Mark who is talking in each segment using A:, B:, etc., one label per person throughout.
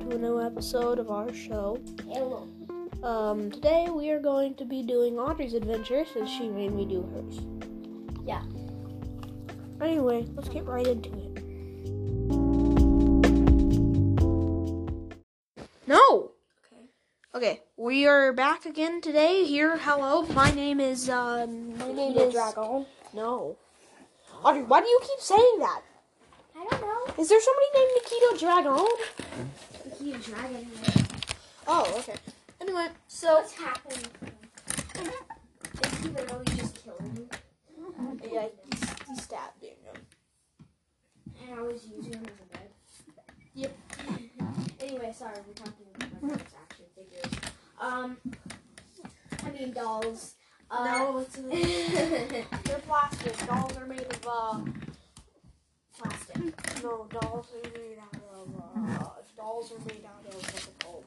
A: to a new episode of our show.
B: Hello.
A: Um, today we are going to be doing Audrey's adventure since she made me do hers.
B: Yeah.
A: Anyway, let's get right into it. No!
B: Okay.
A: Okay, we are back again today here. Hello, my name is, um, my name is.
B: Dragon.
A: No. Audrey, why do you keep saying that?
B: I don't know.
A: Is there somebody named Nikito Dragon?
B: He's a dragon.
A: Oh, okay. Anyway,
B: So what's happening? Is he literally just killing him?
A: yeah, he, he stabbed him.
B: And I was using him as a bed.
A: Yep.
B: anyway, sorry, we're talking about my mom's action figures. Um, I mean dolls. Uh,
A: No, it's
B: They're
A: plastic. Dolls are made of uh,
B: plastic.
A: no, dolls are made out of uh, dolls are made out of what's it called?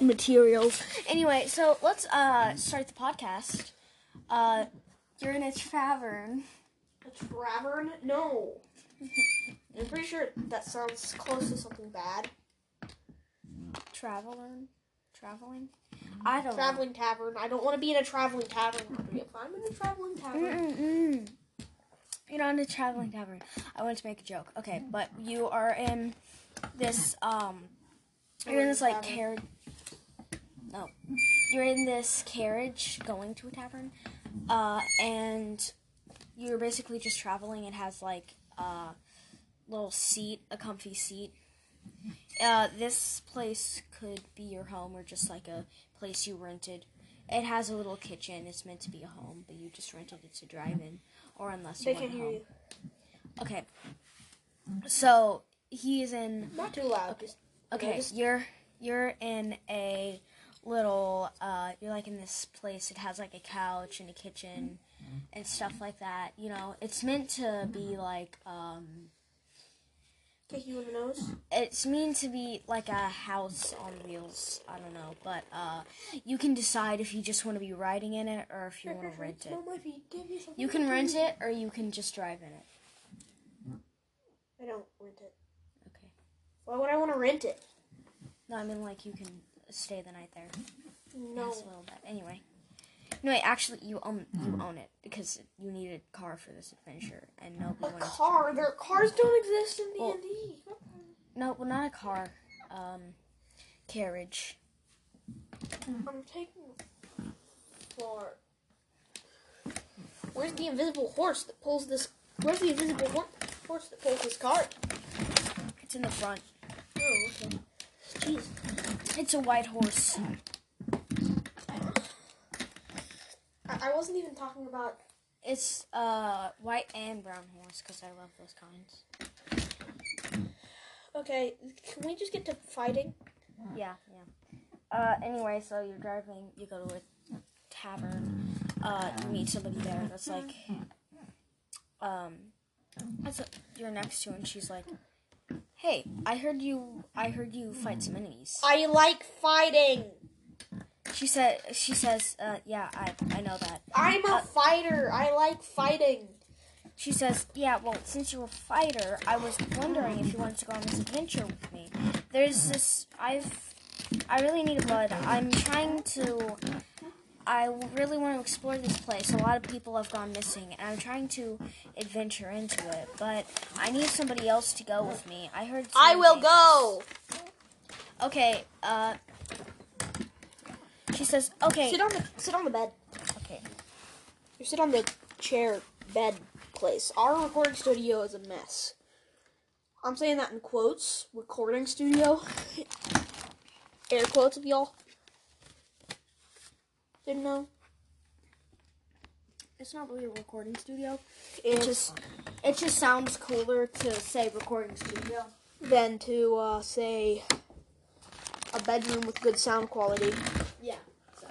B: materials. Anyway, so let's uh start the podcast. Uh you're in a tavern.
A: A tavern? No. I'm pretty sure that sounds close to something bad.
B: Traveling? Traveling? I don't
A: Traveling tavern. I don't want to be in a traveling tavern. Audrey. If I'm in a traveling
B: know.
A: tavern,
B: Mm-mm-mm. You're not in a traveling tavern. I wanted to make a joke. Okay, but you are in this um you're in this like
A: Tavern.
B: carriage No. You're in this carriage going to a tavern. Uh and you're basically just traveling. It has like a little seat, a comfy seat. Uh, this place could be your home or just like a place you rented. It has a little kitchen. It's meant to be a home, but you just rented it to drive-in, or unless you
A: they
B: want
A: can
B: a
A: hear
B: home.
A: you.
B: Okay. So he is in.
A: Not too loud. Just
B: Okay,
A: just-
B: you're you're in a little. Uh, you're like in this place. It has like a couch and a kitchen and stuff like that. You know, it's meant to be like um.
A: kick you in the nose.
B: it's mean to be like a house on wheels. I don't know, but uh, you can decide if you just want to be riding in it or if you want to rent it.
A: Smell my feet. Give me something
B: You can
A: to
B: rent
A: eat.
B: it or you can just drive in it.
A: I don't rent it.
B: Okay.
A: Why would I want to rent it?
B: No, I mean like you can stay the night there.
A: No.
B: As well, but anyway. No, wait, actually, you own you own it because you need a car for this adventure, and nobody
A: A
B: wanted to drive.
A: car. Their cars don't exist in D
B: Well-
A: and D.
B: No, well, not a car, um, carriage.
A: I'm taking for. Where's the invisible horse that pulls this? Where's the invisible hor- horse that pulls this cart?
B: It's in the front.
A: Oh, okay. Jeez.
B: It's a white horse.
A: I, I wasn't even talking about.
B: It's uh white and brown horse because I love those kinds.
A: Okay, can we just get to fighting?
B: Yeah, yeah. Uh, anyway, so you're driving. You go to a tavern. Uh, you meet somebody there that's like, um, that's what you're next to, and she's like, "Hey, I heard you. I heard you fight some enemies."
A: I like fighting.
B: She said. She says, uh, "Yeah, I I know that."
A: I'm a fighter. I like fighting.
B: She says, Yeah, well, since you're a fighter, I was wondering if you wanted to go on this adventure with me. There's this. I've. I really need a bud. I'm trying to. I really want to explore this place. A lot of people have gone missing, and I'm trying to adventure into it, but I need somebody else to go with me. I heard.
A: I
B: some
A: will
B: things.
A: go.
B: Okay, uh. She says, Okay.
A: Sit on the sit on the bed.
B: Okay.
A: You sit on the chair bed place. Our recording studio is a mess. I'm saying that in quotes. Recording studio. Air quotes if y'all didn't know.
B: It's not really a recording studio.
A: It's
B: just- It just sounds cooler to say recording studio.
A: then to uh, say a bedroom with good sound quality.
B: Yeah. So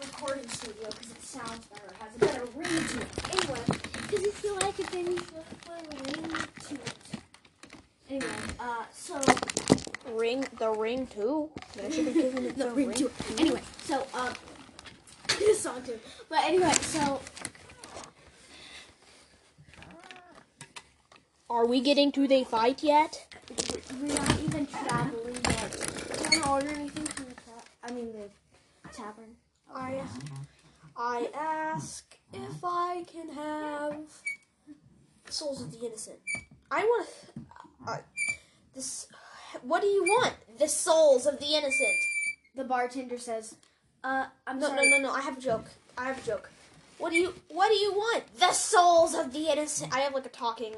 B: recording studio because it sounds better, has a better ring to it. Anyway, because if you like it, then you feel a ring to it. Anyway, uh, so
A: Ring the ring too. I should have given it the,
B: ring to it. Anyway, so um, this song too. But anyway, so
A: Are we getting to the fight yet?
B: we're not even traveling yet. Do you want to order anything from the tra- I mean the tavern?
C: I I ask if I can have Souls of the Innocent. I want uh, this. What do you want? The souls of the innocent.
B: The bartender says, "Uh, I'm
C: No,
B: sorry.
C: no, no, no. I have a joke. I have a joke. What do you What do you want? The souls of the innocent. I have like a talking.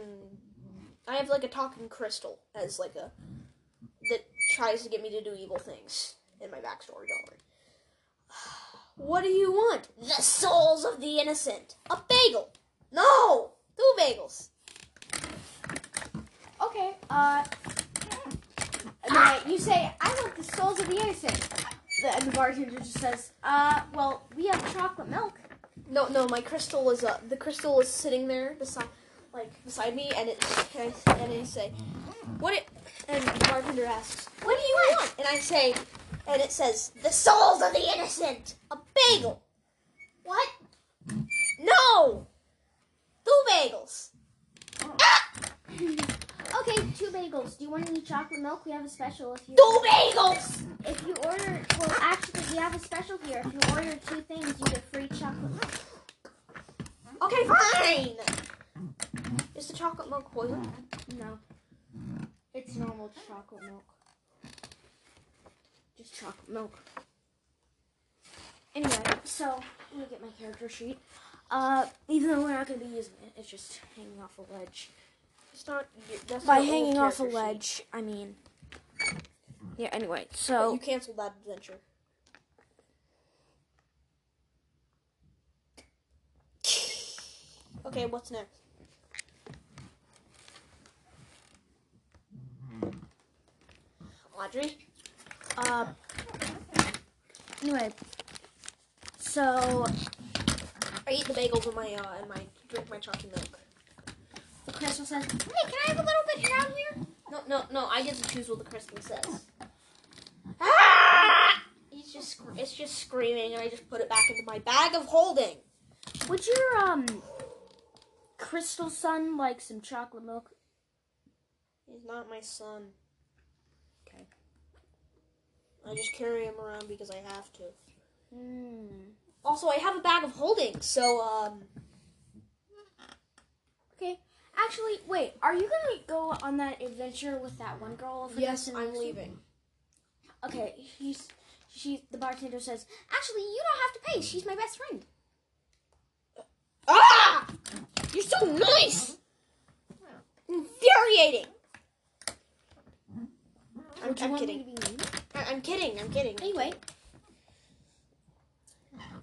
C: I have like a talking crystal as like a that tries to get me to do evil things in my backstory. Don't worry. What do you want? The souls of the innocent. A bagel. No, two bagels.
B: Okay. Uh, and then you say, I want the souls of the innocent." The, and the bartender just says, "Uh, well, we have chocolate milk."
C: No, no, my crystal is uh, the crystal is sitting there beside, like beside me, and it and I, and I say, what? It, and the bartender asks, what do you want? And I say, and it says, the souls of the innocent, a bagel. What? No, two bagels.
B: Okay, two bagels. Do you want any chocolate milk? We have a special if you
C: Two bagels.
B: if you order. Well, actually, we have a special here. If you order two things, you get free chocolate milk.
C: Okay, fine. Is the chocolate milk poison?
B: No, it's normal chocolate milk. Just chocolate milk. Anyway, so let me get my character sheet. Uh, even though we're not gonna be using it, it's just hanging off a ledge.
C: It's not. That's
A: By
C: your old
A: hanging off a
C: character sheet.
A: ledge, I mean. Yeah, anyway,
C: But
A: so.
C: you canceled that adventure. Okay, what's next? Mm-hmm. Audrey?
A: Uh, anyway, so
C: I eat the bagels in my uh in my drink my chalky milk.
B: The crystal says, "Hey, can I have a little bit down here?"
C: No no no, I get to choose what the crystal says.
B: Ah!
C: He's just scr- it's just screaming and I just put it back into my bag of holding.
B: Would your um crystal sun like some chocolate milk?
C: He's not my son.
A: Okay.
C: I just carry him around because I have to.
B: Hmm.
C: Also, I have a bag of holding, so um,
B: Okay. Actually, wait. Are you gonna go on that adventure with that one girl? for
C: yes,
B: Destiny
C: I'm
B: Rescue?
C: leaving.
B: Okay, he's she. The bartender says, "Actually, you don't have to pay. She's my best friend."
C: Ah! You're so nice. Infuriating. I'm,
B: Would you
C: I'm
B: want me
C: kidding.
B: to be mean?
C: I- I'm kidding. I'm kidding.
B: Anyway.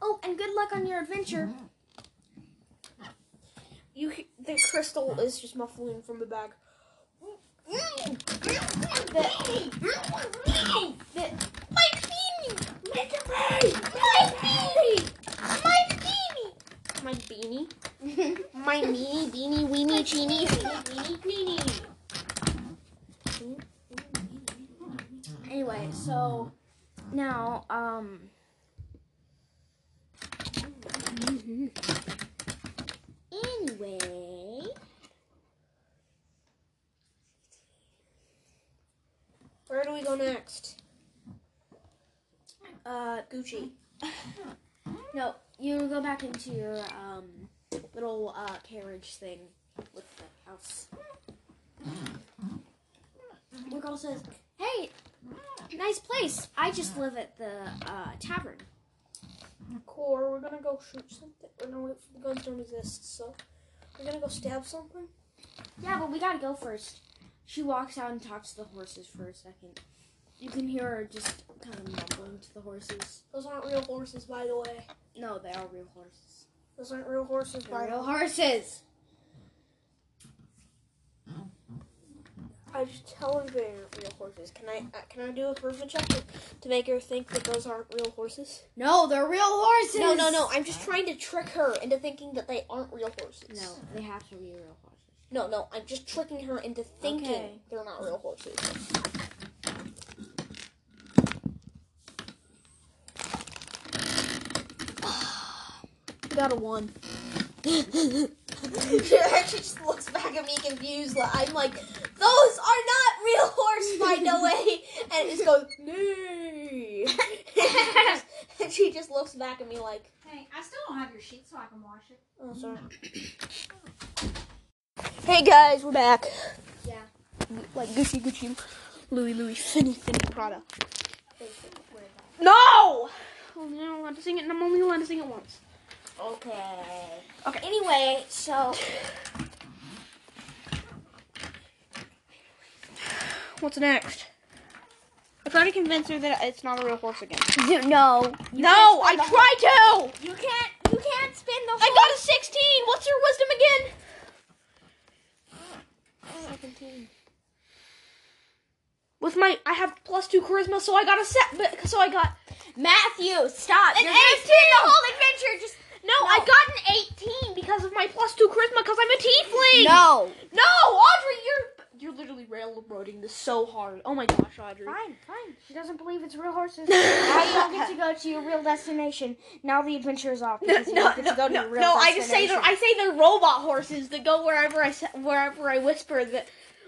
B: Oh, and good luck on your adventure.
C: You, c- the crystal is just muffling from the bag. Mm-hmm. My beanie. My meanie, beanie, weenie, cheenie, weenie, weenie, weenie.
B: anyway, so
A: now, um. Anyway.
C: Where do we go next?
B: uh,
C: Gucci.
B: no, you go back into your um little uh carriage thing with the house. The girl says, "Hey, nice place. I just live at the uh, tavern."
C: Core, we're gonna go shoot something. We're gonna wait for the guns don't exist, so we're gonna go stab something.
B: Yeah, but we gotta go first. She walks out and talks to the horses for a second. You can hear her just kind of mumbling to the horses.
C: Those aren't real horses, by the way.
B: No, they are real horses.
C: Those aren't real horses,
B: They're
C: by the
B: real
C: way.
B: horses.
C: I just tell her they aren't real horses. Can I uh, can I do a charisma check to, to make her think that those aren't real horses?
B: No, they're real horses.
C: No, no, no. I'm just trying to trick her into thinking that they aren't real horses.
B: No, they have to be real horses.
C: No, no. I'm just tricking her into thinking
B: Okay.
C: they're not real horses. Got a one. she actually just looks back at me confused. Like I'm like, those are not
B: real horse find a way.
A: And it just goes, "Nee." and she just looks back at me like,
D: Hey, I still don't have your sheet, so I can wash it.
A: oh, sorry. Hey guys, we're back.
C: Yeah.
A: Like Gucci Gucci, Louis Louis, Finny Finny Prada. Oh, No! I'm only allowed to sing it, and I'm only allowed to sing it once.
B: Okay. Okay. Anyway, so
A: What's next? I tried to convince her that it's not a real horse again.
B: you no,
A: no, I tried to!
B: you can't. You can't spin the.
A: I got a 16! What's her wisdom again?
B: 17.
A: With my, I have plus two charisma, so I got a set, but, so I got
B: Matthew, stop.
A: an 18!
B: You're gonna spin the whole-
A: adventure, just, no, I got an 18 because of my plus two charisma because I'm a tiefling!
B: No.
A: No, Audrey, you're, you're literally railroading this so hard. Oh my gosh, Audrey.
C: Fine, fine. She doesn't believe it's real horses. now you don't get to go to your real destination. Now the adventure is off
A: No,
C: because you
A: no,
C: don't get to
A: no,
C: go to
A: no,
C: your real
A: no, I
C: destination.
A: just say they're I say they're robot horses that go wherever I s- wherever I whisper that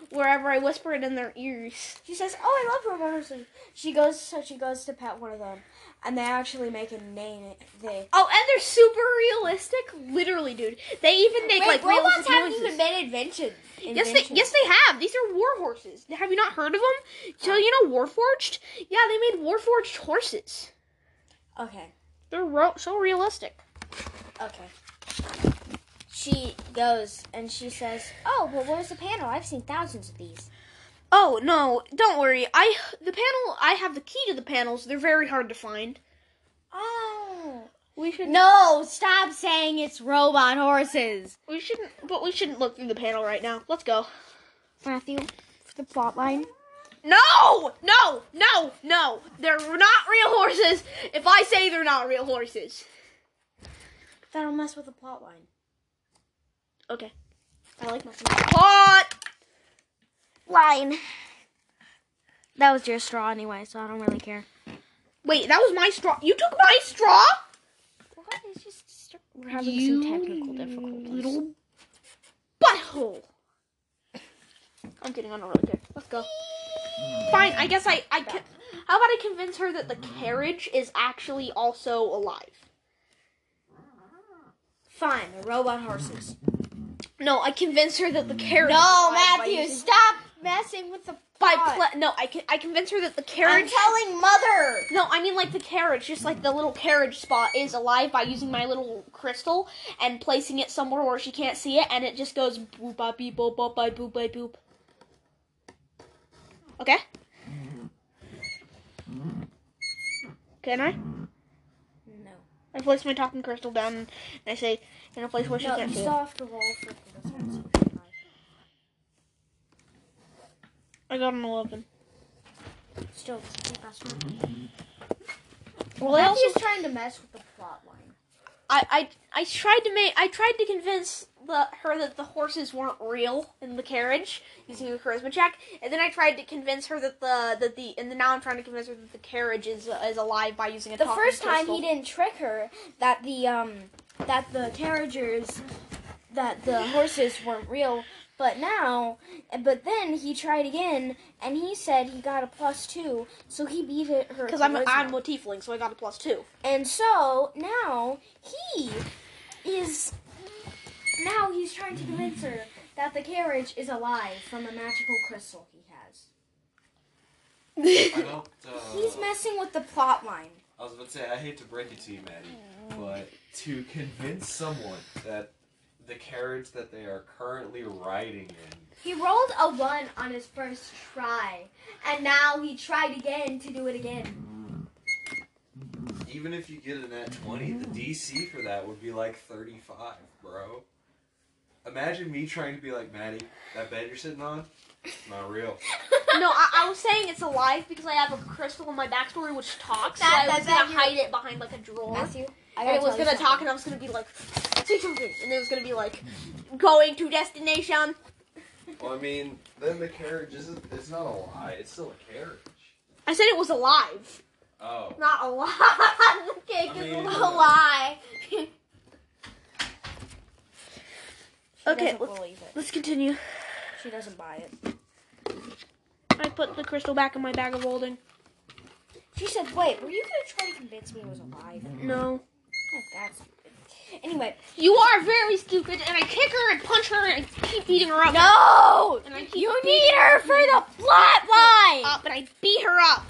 A: wherever I whisper it in their ears.
C: She says, "Oh, I love robot horses." She goes, so she goes to pet one of them, and they actually make a name. It they
A: Oh, and they're super realistic, literally, dude. They even make
B: Wait,
A: like
B: robots
A: realistic
B: haven't
A: noises.
B: even been invented.
A: yes, they yes they have. These are war horses. Have you not heard of them? So you know Warforged? Yeah, they made Warforged horses.
B: Okay.
A: They're ro- so realistic.
B: Okay. She goes and she says, "Oh, well, where's the panel? I've seen thousands of these."
A: Oh no, don't worry. I the panel I have the key to the panels. They're very hard to find.
B: Oh.
A: We should
B: No! Stop saying it's robot horses.
A: We shouldn't, but we shouldn't look through the panel right now. Let's go.
C: Matthew for the plot line.
A: No, no, no, no. They're not real horses. If I say they're not real horses,
C: That'll mess with the plot line.
A: okay.
C: I like my.
A: Hot.
C: line. That was your straw anyway, so I don't really care.
A: Wait, that was my straw. You took my straw.
B: What? It's just we're having
A: You
B: some technical difficulties.
A: little butthole. I'm kidding. I don't really care. Let's go. Fine. I guess I. I can. How about I convince her that the carriage is actually also alive?
B: Fine, the robot horses.
A: No, I convince her that the carriage. is
B: No,
A: alive by
B: Matthew,
A: using-
B: stop messing with the
A: By
B: plot.
A: pla- no, I can I convince her that the
B: I'm
A: carriage.
B: telling mother.
A: no, I mean like the carriage, just like the little carriage spot is alive by using my little crystal and placing it somewhere where she can't see it, and it just goes boop ba beep boop boop ba boop ba boop. Okay. Can I?
B: No.
A: I place my talking crystal down and I say in a place where she
C: No, you
A: can't see.
C: still
A: It.
C: have to roll for the results.
A: I got an eleven.
C: Still, that's not.
A: Mm-hmm. Well, I
C: Well,
A: also
C: Matthew's trying to mess with the plot line.
A: I, I I tried to make I tried to convince the her that the horses weren't real in the carriage using a charisma check, and then I tried to convince her that the that the and then now I'm trying to convince her that the carriage is is alive by using a.
B: The
A: talking
B: first time
A: crystal.
B: he didn't trick her that the um that the carriagers that the horses weren't real, but now but then he tried again and he said he got a plus two, so he beat it her
A: because I'm a,
B: charisma.
A: I'm a tiefling, so I got a plus two.
B: and so now he is now he's trying to convince her that the carriage is alive from a magical crystal he has.
E: I don't. Uh,
B: He's messing with the plot line.
E: I was about to say, I hate to break it to you, Maddie, but to convince someone that the carriage that they are currently riding in.
C: He rolled a one on his first try, and now he tried again to do it again.
E: Even if you get a nat 20, the DC for that would be like 35, bro. Imagine me trying to be like, Maddie, that bed you're sitting on, it's not real.
A: no, I, I was saying it's alive because I have a crystal in my backstory which talks, so
B: That-
A: I was
B: that-
A: gonna hide it behind like a drawer.
B: Matthew, I
A: and
B: gotta
A: it was
B: tell you
A: gonna talk,
B: something.
A: and I was gonna be like, say something, and it was gonna be like, going to destination.
E: Well, I mean, then the carriage isn't, it's not a lie, it's still a carriage.
A: I said it was alive.
E: Oh.
A: Not a lot. the cake
E: I
A: is
E: mean-
A: a lie.
B: She
A: Okay,
B: doesn't
A: let's,
B: believe it.
A: let's continue.
B: She doesn't buy it.
C: put the crystal back in my bag of holding.
B: She said, "Wait, were you gonna try to convince me it was alive?"
C: No.
B: Oh, that's stupid. Anyway,
C: You are very stupid, and I kick her and punch her and I keep beating her up.
B: no,
C: And I keep
B: you
C: beating
B: need her for the plot line.
C: up, and I beat her up.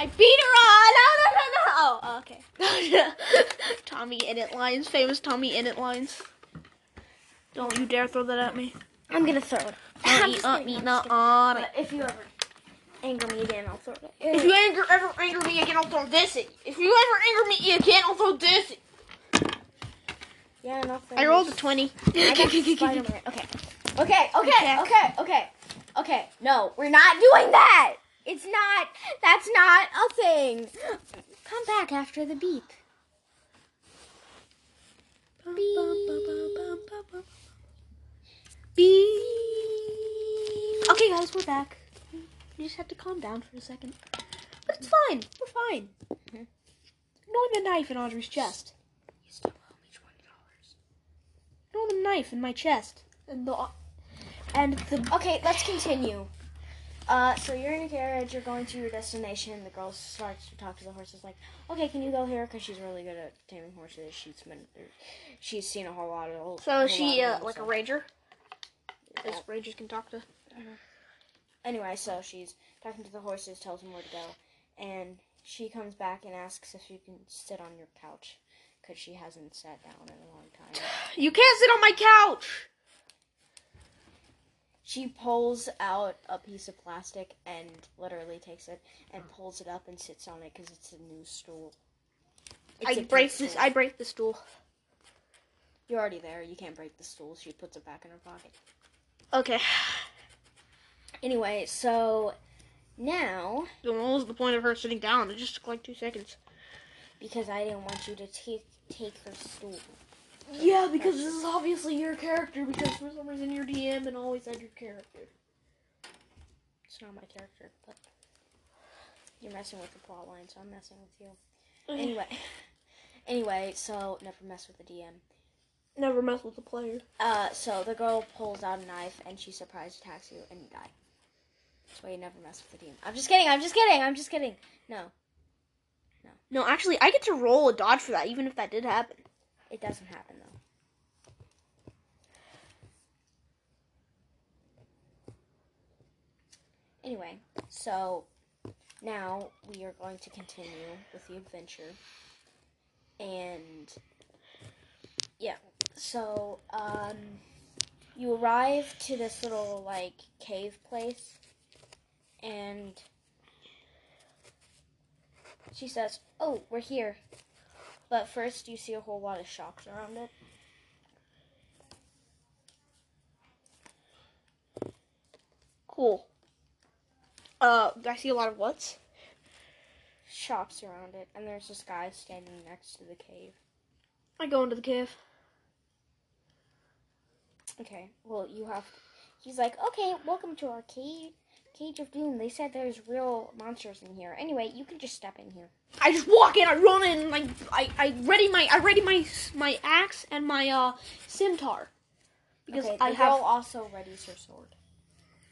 C: I beat her up.
B: Oh, no, no, no, no. Oh, okay.
C: Tommy Innit lines, famous Tommy Innit lines. Don't you dare throw that at me. uh,
B: I'm gonna throw it.
C: Don't
B: I'm
C: eat
B: just
C: up,
B: kidding,
C: eat
B: I'm
C: not
B: just
C: on it.
A: But if you ever
B: kidding. Anger me again, I'll throw it.
C: If you anger, ever anger me again, I'll throw this at you. If you ever anger me again, I'll throw this at you.
B: Yeah, enough.
C: I rolled a 20.
B: I got Spider-Man. Okay.
A: Okay, okay,
C: Check.
A: okay, okay, okay. No, we're not doing that.
B: It's not. That's not a thing. Come back after the beep. Beep. Beep.
C: Okay, guys, we're back. You just have to calm down for a second. But it's fine. We're fine. Ignore the knife in Audrey's chest.
B: You still owe me twenty dollars.
C: Ignore the knife in my chest. And the. And the.
B: Okay, let's continue. Uh, so you're in a carriage, you're going to your destination, the girl starts to talk to the horses, like, okay, can you go here? Because she's really good at taming horses, she's been, er, she's seen a whole lot of whole,
C: So is
B: whole
C: she
B: lot
C: uh,
B: of them,
C: like a
B: so-
C: ranger? Because rangers can talk to.
B: Uh-huh. Anyway, so she's talking to the horses, tells them where to go, and she comes back and asks if you can sit on your couch, because she hasn't sat down in a long time.
C: You can't sit on my couch!
B: She pulls out a piece of plastic and literally takes it and pulls it up and sits on it because it's a new stool. It's a
C: I
B: new
C: break this.
B: stool.
C: I break the stool.
B: You're already there. You can't break the stool. She puts it back in her pocket.
C: Okay.
B: Anyway, so now
C: Then What was the point of her sitting down? It just took like two seconds.
B: because I didn't want you to take take her stool.
C: Yeah, because this is obviously your character because for some reason you're DM and always had your character.
B: It's not my character, but you're messing with the plot line, so I'm messing with you.
C: Okay.
B: Anyway, anyway, so never mess with the DM.
C: Never mess with the player.
B: Uh, so the girl pulls out a knife and she surprise attacks you and you die. That's why you never mess with the DM. I'm just kidding. I'm just kidding. I'm just kidding. No,
C: No, actually, I get to roll a dodge for that, even if that did happen.
B: it doesn't happen though. Anyway, so now we are going to continue with the adventure. And yeah, so um you arrive to this little like cave place and she says, "Oh, we're here." But first, you see a whole lot of shops around it.
C: Cool. Uh, I see a lot of what's.
B: Shops around it, and there's this guy standing next to the cave.
C: I go into the cave.
B: Okay, well, you have. He's like, okay, welcome to our cave, cage of doom. They said there's real monsters in here. Anyway, you can just step in here.
C: I just walk in, I run in, and I, I, I ready my, I ready my, my axe and my, uh, scimitar. Because
B: okay, the
C: I
B: girl
C: have,
B: also readies her sword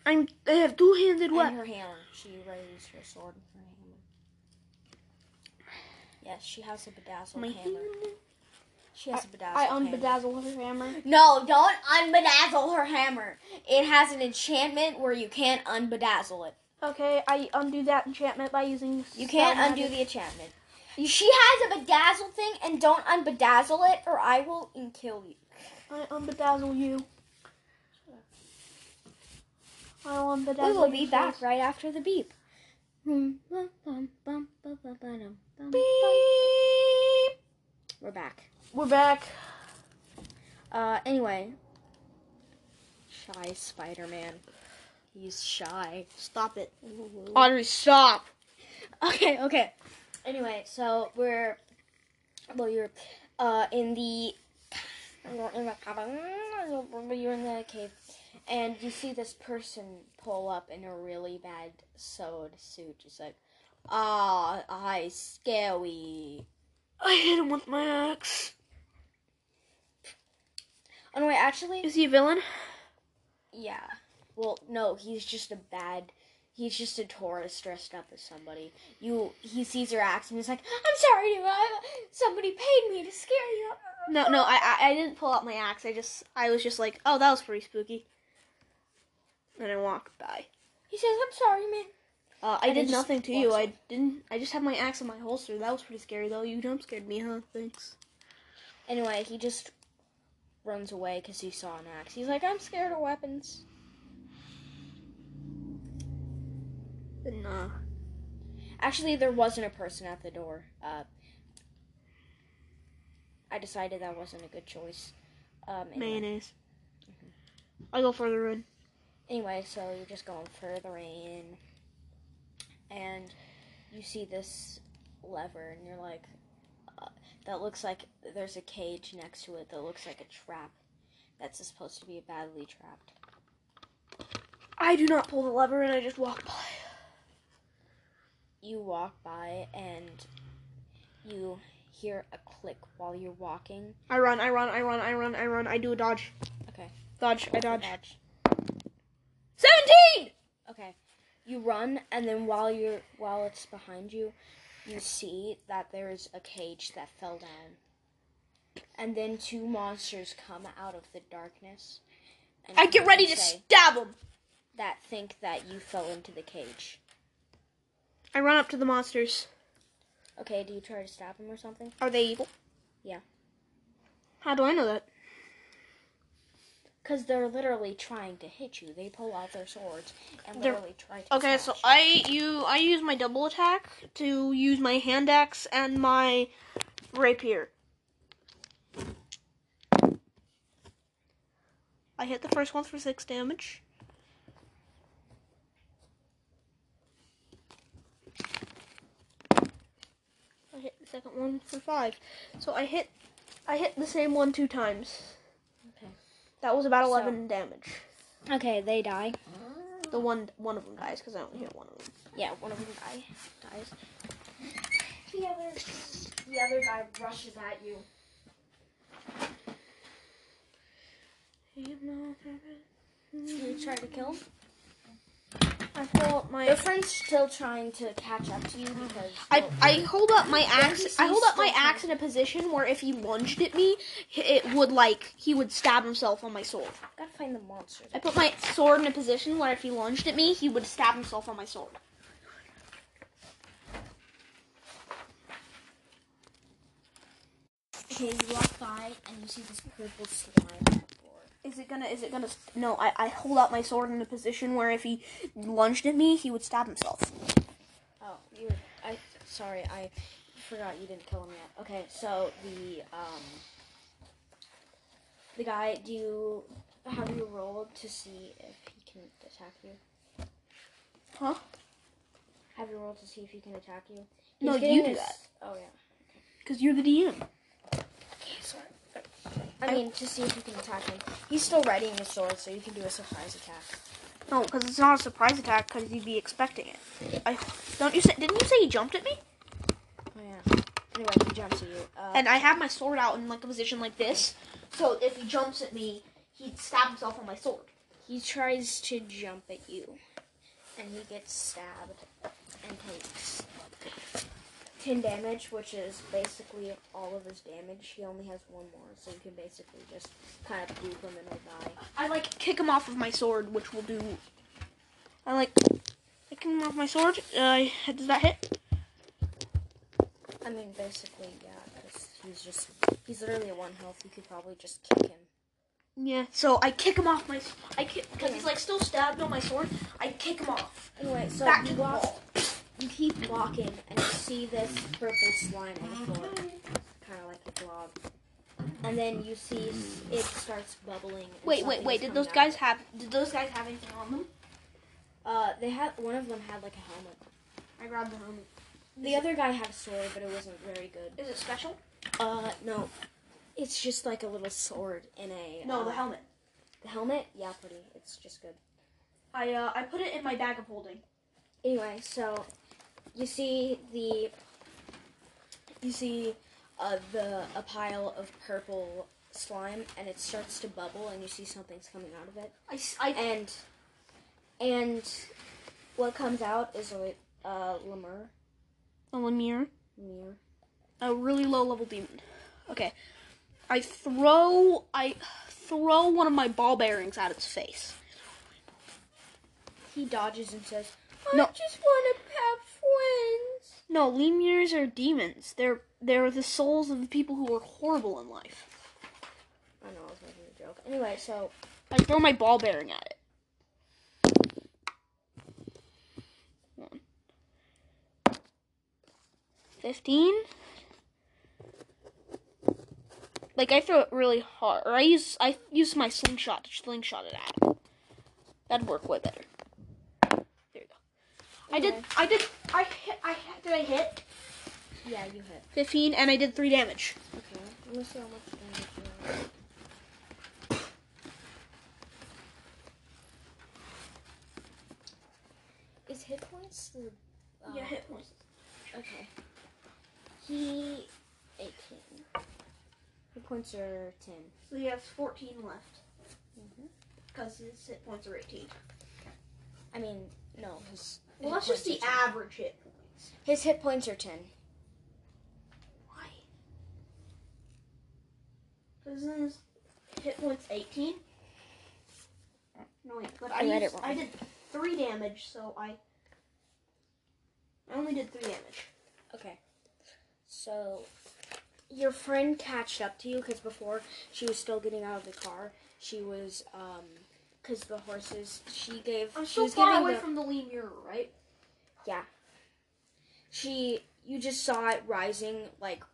C: I'm, I have two-handed
B: and
C: weapon.
B: her hammer. She readies her sword and her hammer. Yes, she has a bedazzled
C: My
B: hammer. She has a bedazzled.
C: I
B: hammer.
C: unbedazzle her hammer.
B: No, don't unbedazzle her hammer. It has an enchantment where you can't unbedazzle it.
C: Okay, I undo that enchantment by using.
B: You can't
C: spell
B: undo
C: magic.
B: the enchantment.
C: You-
B: She has a bedazzle thing, and don't unbedazzle it, or I will and kill you.
C: I unbedazzle you. I will unbedazzle.
B: We will be
C: your
B: back
C: face.
B: right after the beep. We're back.
C: We're back.
B: Uh, anyway. Shy Spider Man. He's shy.
C: Stop it,
B: Ooh.
C: Audrey. Stop.
B: Okay, okay. Anyway, so we're well, you're uh in the you're in the you're in the cave, and you see this person pull up in a really bad sewed suit. Just like, ah, I scary.
C: I hit him with my axe.
B: Oh no, wait, actually,
C: Is he a villain?
B: yeah. Well, no, he's just a bad. He's just a tourist dressed up as somebody. You he sees your axe and he's like, "I'm sorry, dude. I, somebody paid me to scare you."
C: No, no, I, I I didn't pull out my axe. I just I was just like, oh, that was pretty spooky. And I walked by.
B: He says, "I'm sorry, man."
C: Uh, I
B: And it
C: did
B: just
C: nothing to you.
B: walks
C: I didn't. I just had my axe in my holster. That was pretty scary though. You jump scared me, huh? Thanks.
B: Anyway, he just runs away because he saw an axe. He's like, "I'm scared of weapons."
C: And uh,
B: Actually, there wasn't a person at the door. Uh, I decided that wasn't a good choice. Um, anyway.
C: mayonnaise.
B: Mm-hmm.
C: I go further in.
B: anyway, so you're just going further in, and you see this lever, and you're like, uh, that looks like there's a cage next to it that looks like a trap that's supposed to be badly trapped.
C: I do not pull the lever, and I just walk by.
B: You walk by, and you hear a click while you're walking.
C: I run. I run. I run. I run. I run. I do a dodge.
B: Okay.
C: Dodge. I dodge.
B: Dodge.
C: Seventeen.
B: Okay. You run, and then while you're while it's behind you, you see that there's a cage that fell down. And then two monsters come out of the darkness. And
C: I get ready to
B: say
C: stab him.
B: that think that you fell into the cage.
C: I run up to the monsters.
B: Okay, do you try to stab him or something?
C: Are they evil?
B: Yeah.
C: How do I know that?
B: Because they're literally trying to hit you. They pull out their swords and
C: They're-
B: literally try to.
C: Okay, so
B: slash.
C: I you I use my double attack to use my hand axe and my rapier. I hit the first one for six damage. I hit the second one for five. So I hit I hit the same one two times.
B: Okay.
C: That was about
B: So-
C: eleven damage.
B: Okay, they die.
C: The one one of them dies because I only hit one of them.
B: Yeah, one of them die, dies.
A: The other, the other guy rushes at you.
B: You try to kill him?
C: I pull up my
B: Your friend's still trying to catch up to you because
C: I, I hold up my axe.
B: he's-
C: I hold up my
B: he's still
C: axe in a position where if he lunged at me, h- it would like he would stab himself on my sword.
B: gotta find the monsters.
C: I put my sword in a position where if he lunged at me, he would stab himself on my sword.
B: Okay, you walk by and you see this purple slime on the floor.
C: Is it gonna? Is it gonna? St- no, I, I hold up my sword in a position where if he lunged at me, he would stab himself.
B: Oh, you. I sorry, I forgot you didn't kill him yet. Okay, so the um, the guy. Do you have you rolled to see if he can attack you?
C: Huh?
B: Have you rolled to see if he can attack you?
C: No,
B: getting
C: you do
B: his-
C: that.
B: Oh yeah.
C: Because you're the DM.
B: I mean, to see if you can attack him. He's still readying his sword, so you can do a surprise attack.
C: No, because it's not a surprise attack. Because you'd be expecting it. I don't you say? Didn't you say he jumped at me?
B: Oh yeah. Anyway, he jumps at you. Uh,
C: and I have my sword out in like a position like this. So if he jumps at me, he'd stab himself on my sword.
B: He tries to jump at you, and he gets stabbed and takes 10 damage, which is basically all of his damage. He only has one more, so you can basically just kind of dupe him and he'll die.
C: I like kick him off of my sword, which will do. I like kick him off my sword. Uh, does that hit?
B: I mean, basically, yeah, because he's just, he's literally at one health. You could probably just kick him.
C: Yeah. So I kick him off my. s- I kick because he's like still stabbed on my sword. I kick him off.
B: Anyway, so
C: Back
B: you
C: to the
B: walk-
C: wall.
B: you keep walking, and you see this purple slime on the floor, kind of like a blob. And then you see s- it starts bubbling. and
C: Wait, wait,
B: something's
C: wait. Did
B: coming
C: those
B: out of
C: guys
B: it.
C: have? Did those guys have anything on them?
B: Uh, they had one of them had like a helmet.
C: I grabbed the helmet.
B: The other guy had a sword, but it wasn't very good.
C: Is it special?
B: Uh, no, it's just like a little sword in a
C: No, the
B: uh,
C: helmet.
B: The helmet, yeah, pretty. It's just good.
C: I uh, I put it in my bag of holding.
B: Anyway, so you see the you see uh, the a pile of purple slime, and it starts to bubble, and you see something's coming out of it,
C: I s- I
B: and and what comes out is a uh, lemur.
C: A Lemire.
B: Lemur.
C: A really low level demon. Okay. I throw I throw one of my ball bearings at its face.
B: He dodges and says,
C: No.
B: "I just want to have friends."
C: No, lemurs are demons. They're they're the souls of the people who were horrible in life.
B: I know I was making a joke. Anyway, so
C: I throw my ball bearing at it. One. Fifteen. Like I throw it really hard, or I use I use my slingshot to slingshot it at. Him. That'd work way better. There you go. I did. I did. I hit. I hit- did. I hit
B: yeah, you hit.
C: fifteen, and I did three damage.
B: Okay, let me see how much damage you have. Is hit points the? Uh,
C: hit points.
B: Okay. He eighteen. Hit points are ten.
C: So he has fourteen left. Mm-hmm. Because his hit points are eighteen.
B: I mean, no, his.
C: Well,
B: hit
C: that's just the
B: points are 10.
C: average hit.
B: His hit points are ten.
C: Why? Because isn't his hit points 18? No, wait, but I,
B: I read
C: used-
B: it wrong.
C: I did 3 damage, so I. I only did 3 damage.
B: Okay. So, your friend catched up to you because before she was still getting out of the car. She was, um, because the horses, she gave,
C: I'm
B: she
C: so
B: was
C: far
B: giving
C: away
B: the-
C: from the lean mirror, right?
B: she, you just saw it rising, like,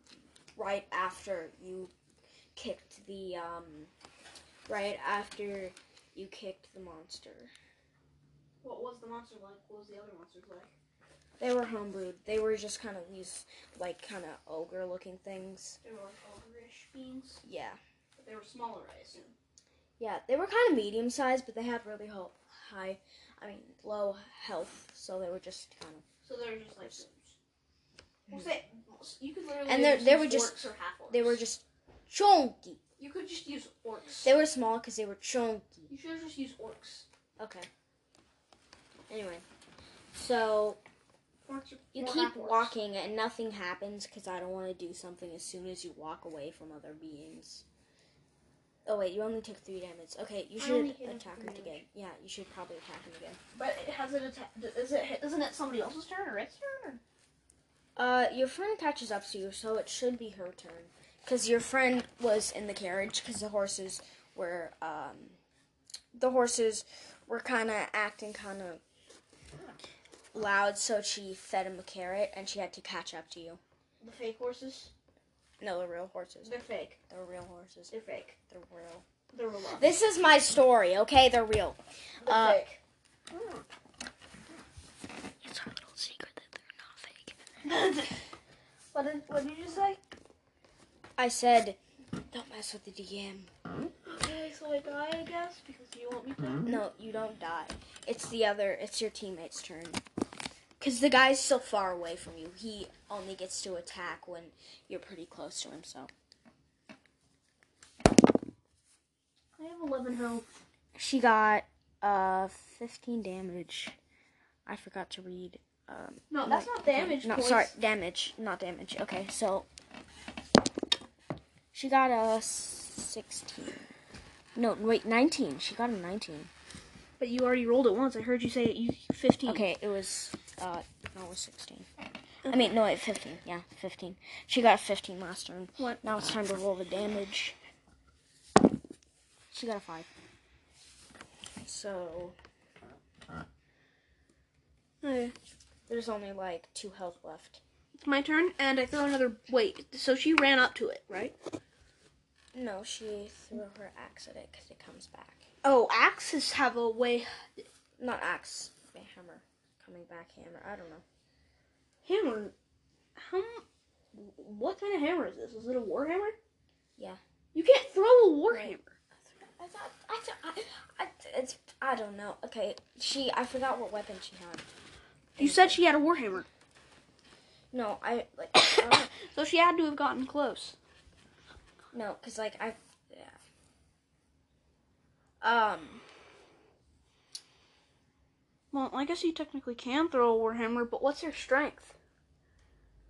B: right after you kicked the, um, right after you kicked the monster.
C: What was the monster like? What was the other monsters like?
B: They were homebrewed. They were just kind of these, like, kind of ogre looking things.
C: They were like ogreish beings,
B: Yeah.
C: but they were smaller, I assume.
B: Yeah, they were kind of medium sized, but they had really ho- high, I mean, low health, so they were just kind of.
C: So they were just like. We'll say, you could literally
B: And they're-
C: just
B: they
C: use
B: were just-
C: orcs or half-orcs.
B: They were just chonky.
C: You could just use orcs.
B: They were small because they were chonky.
C: you should just use orcs.
B: Okay. Anyway, so
C: Orcs are
B: you
C: or
B: keep
C: half-orcs.
B: walking and nothing happens because I don't want to do something as soon as you walk away from other beings. Oh wait, you only took three damage. Okay, you
C: I
B: should
C: only hit him
B: attack
C: for
B: him
C: damage.
B: again. Yeah, you should probably attack him again.
C: But it has it atta- is it isn't it somebody else's turn or its turn?
B: Uh, your friend catches up to you, so it should be her turn. Because your friend was in the carriage, because the horses were, um, the horses were kind of acting kind of loud, so she fed him a carrot, and she had to catch up to you.
C: The fake horses.
B: No, the real horses.
C: They're fake.
B: They're real horses.
C: They're fake.
B: They're real.
C: They're real. They're
B: This is my story, okay? They're real. Uh,
C: fake.
B: It's our little secret that they're not fake.
C: What did, what did you say?
B: I said, don't mess with the DM.
C: Okay, so I die, I guess, because you want me to.
B: No, you don't die. It's the other. It's your teammate's turn. Cause the guy's so far away from you. He only gets to attack when you're pretty close to him. So
C: I have 11 health.
B: she got uh 15 damage. I forgot to read. Um,
C: No, that's not damage.
B: Not
C: points.
B: sorry, damage, not damage. Okay, so she got a 16. No, wait, 19. She got a 19.
C: But you already rolled it once. I heard you say it. You 15.
B: Okay, it was uh no, it was sixteen. I mean, no, wait, fifteen. Yeah, fifteen. She got a fifteen last turn.
C: What?
B: Now it's time to roll the damage. She got a five. So
C: Okay.
B: there's only like two health left.
C: It's my turn, and I throw another. Wait, so she ran up to it, right?
B: No, she threw her axe at it because it comes back.
C: Oh, axes have a way.
B: Not axe, a hammer. Coming back hammer. I don't know.
C: Hammer. How. m- What kind of hammer is this? Is it a war hammer?
B: Yeah.
C: You can't throw a war
B: Right.
C: hammer.
B: I thought I thought I, I it's I don't know. Okay, she I forgot what weapon she had.
C: You said she had a war hammer.
B: No, I like. I don't know.
C: So she had to have gotten close.
B: No, cause like I, yeah. Um.
C: Well, I guess you technically can throw a warhammer, but what's your strength?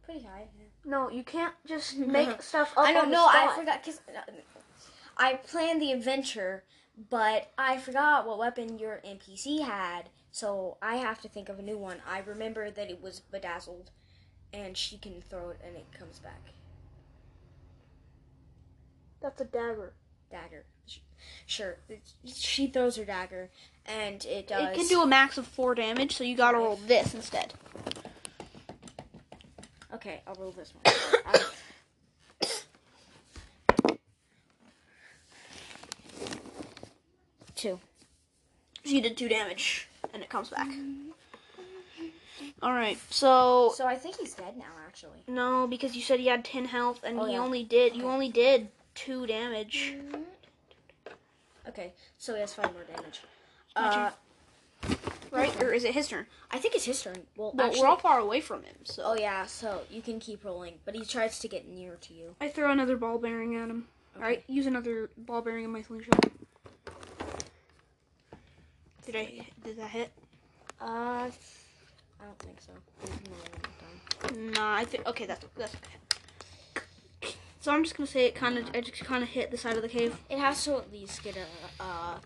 A: Pretty high. yeah.
C: No, you can't just make stuff up.
B: I don't
C: on the
B: know. I
C: spot.
B: forgot because I planned the adventure, but I forgot what weapon your NPC had, so I have to think of a new one. I remember that it was bedazzled, and she can throw it, and it comes back
C: That's a dagger.
B: dagger. Sh- Sure, It's- she throws her dagger, and it does.
C: It can do a max of four damage, so you gotta roll this instead.
B: Okay, I'll roll this one. Um, Two.
C: So you did two damage, and it comes back. All right, so
B: So I think he's dead now, actually.
C: no, because you said he had ten health, and
B: Oh,
C: he
B: yeah.
C: only did you only did two damage.
B: Okay, so he has five more damage.
C: My
B: Uh,
C: turn. Right, or is it his turn?
B: I think it's his turn. Well,
C: But
B: actually,
C: we're all far away from him, so
B: oh yeah, so you can keep rolling, but he tries to get near to you.
C: I throw another ball bearing at him. All right, use another ball bearing in my slingshot. Did I? Did that hit?
B: Uh, I don't think so. You can roll one more time.
C: Nah, I think okay. That's that's okay. So I'm just gonna say it kind of. I just kind of hit the side of the cave.
B: It has to at least get a uh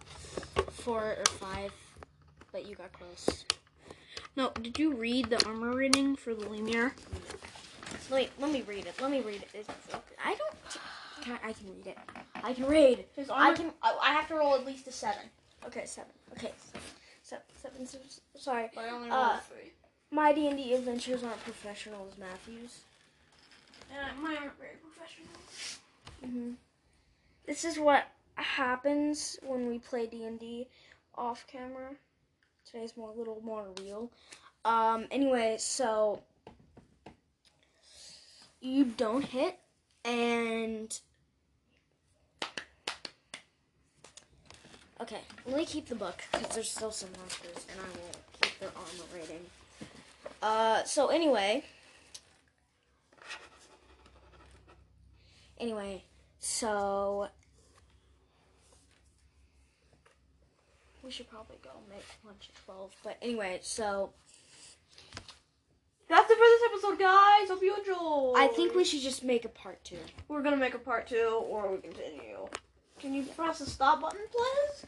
B: four or five, but you got close.
C: No, did you read the armor rating for the Lemur?
B: Wait, let me read it. Let me read it. It's- I don't. Can I, I can read it. I can read.
C: His
B: armor-
C: can. I, I have to roll at least a seven.
B: Okay, seven. Okay, seven. Seven. seven, seven sorry.
C: But I only
B: rolled a
C: three.
B: My D and D adventures aren't professional as Matthews.
C: And mine aren't very professional.
B: hmm This is what happens when we play D and D off camera. Today's more a little more real. Um. Anyway, so you don't hit, and okay. Let me keep the book because there's still some monsters, and I will keep their armor rating. Uh. So anyway. Anyway, so we should probably go make lunch at twelve. But anyway, so
C: That's it for this episode, guys. Hope you enjoyed.
B: I think we should just make a part two.
C: we're gonna make a part two, or we continue. Can you press the stop button, please?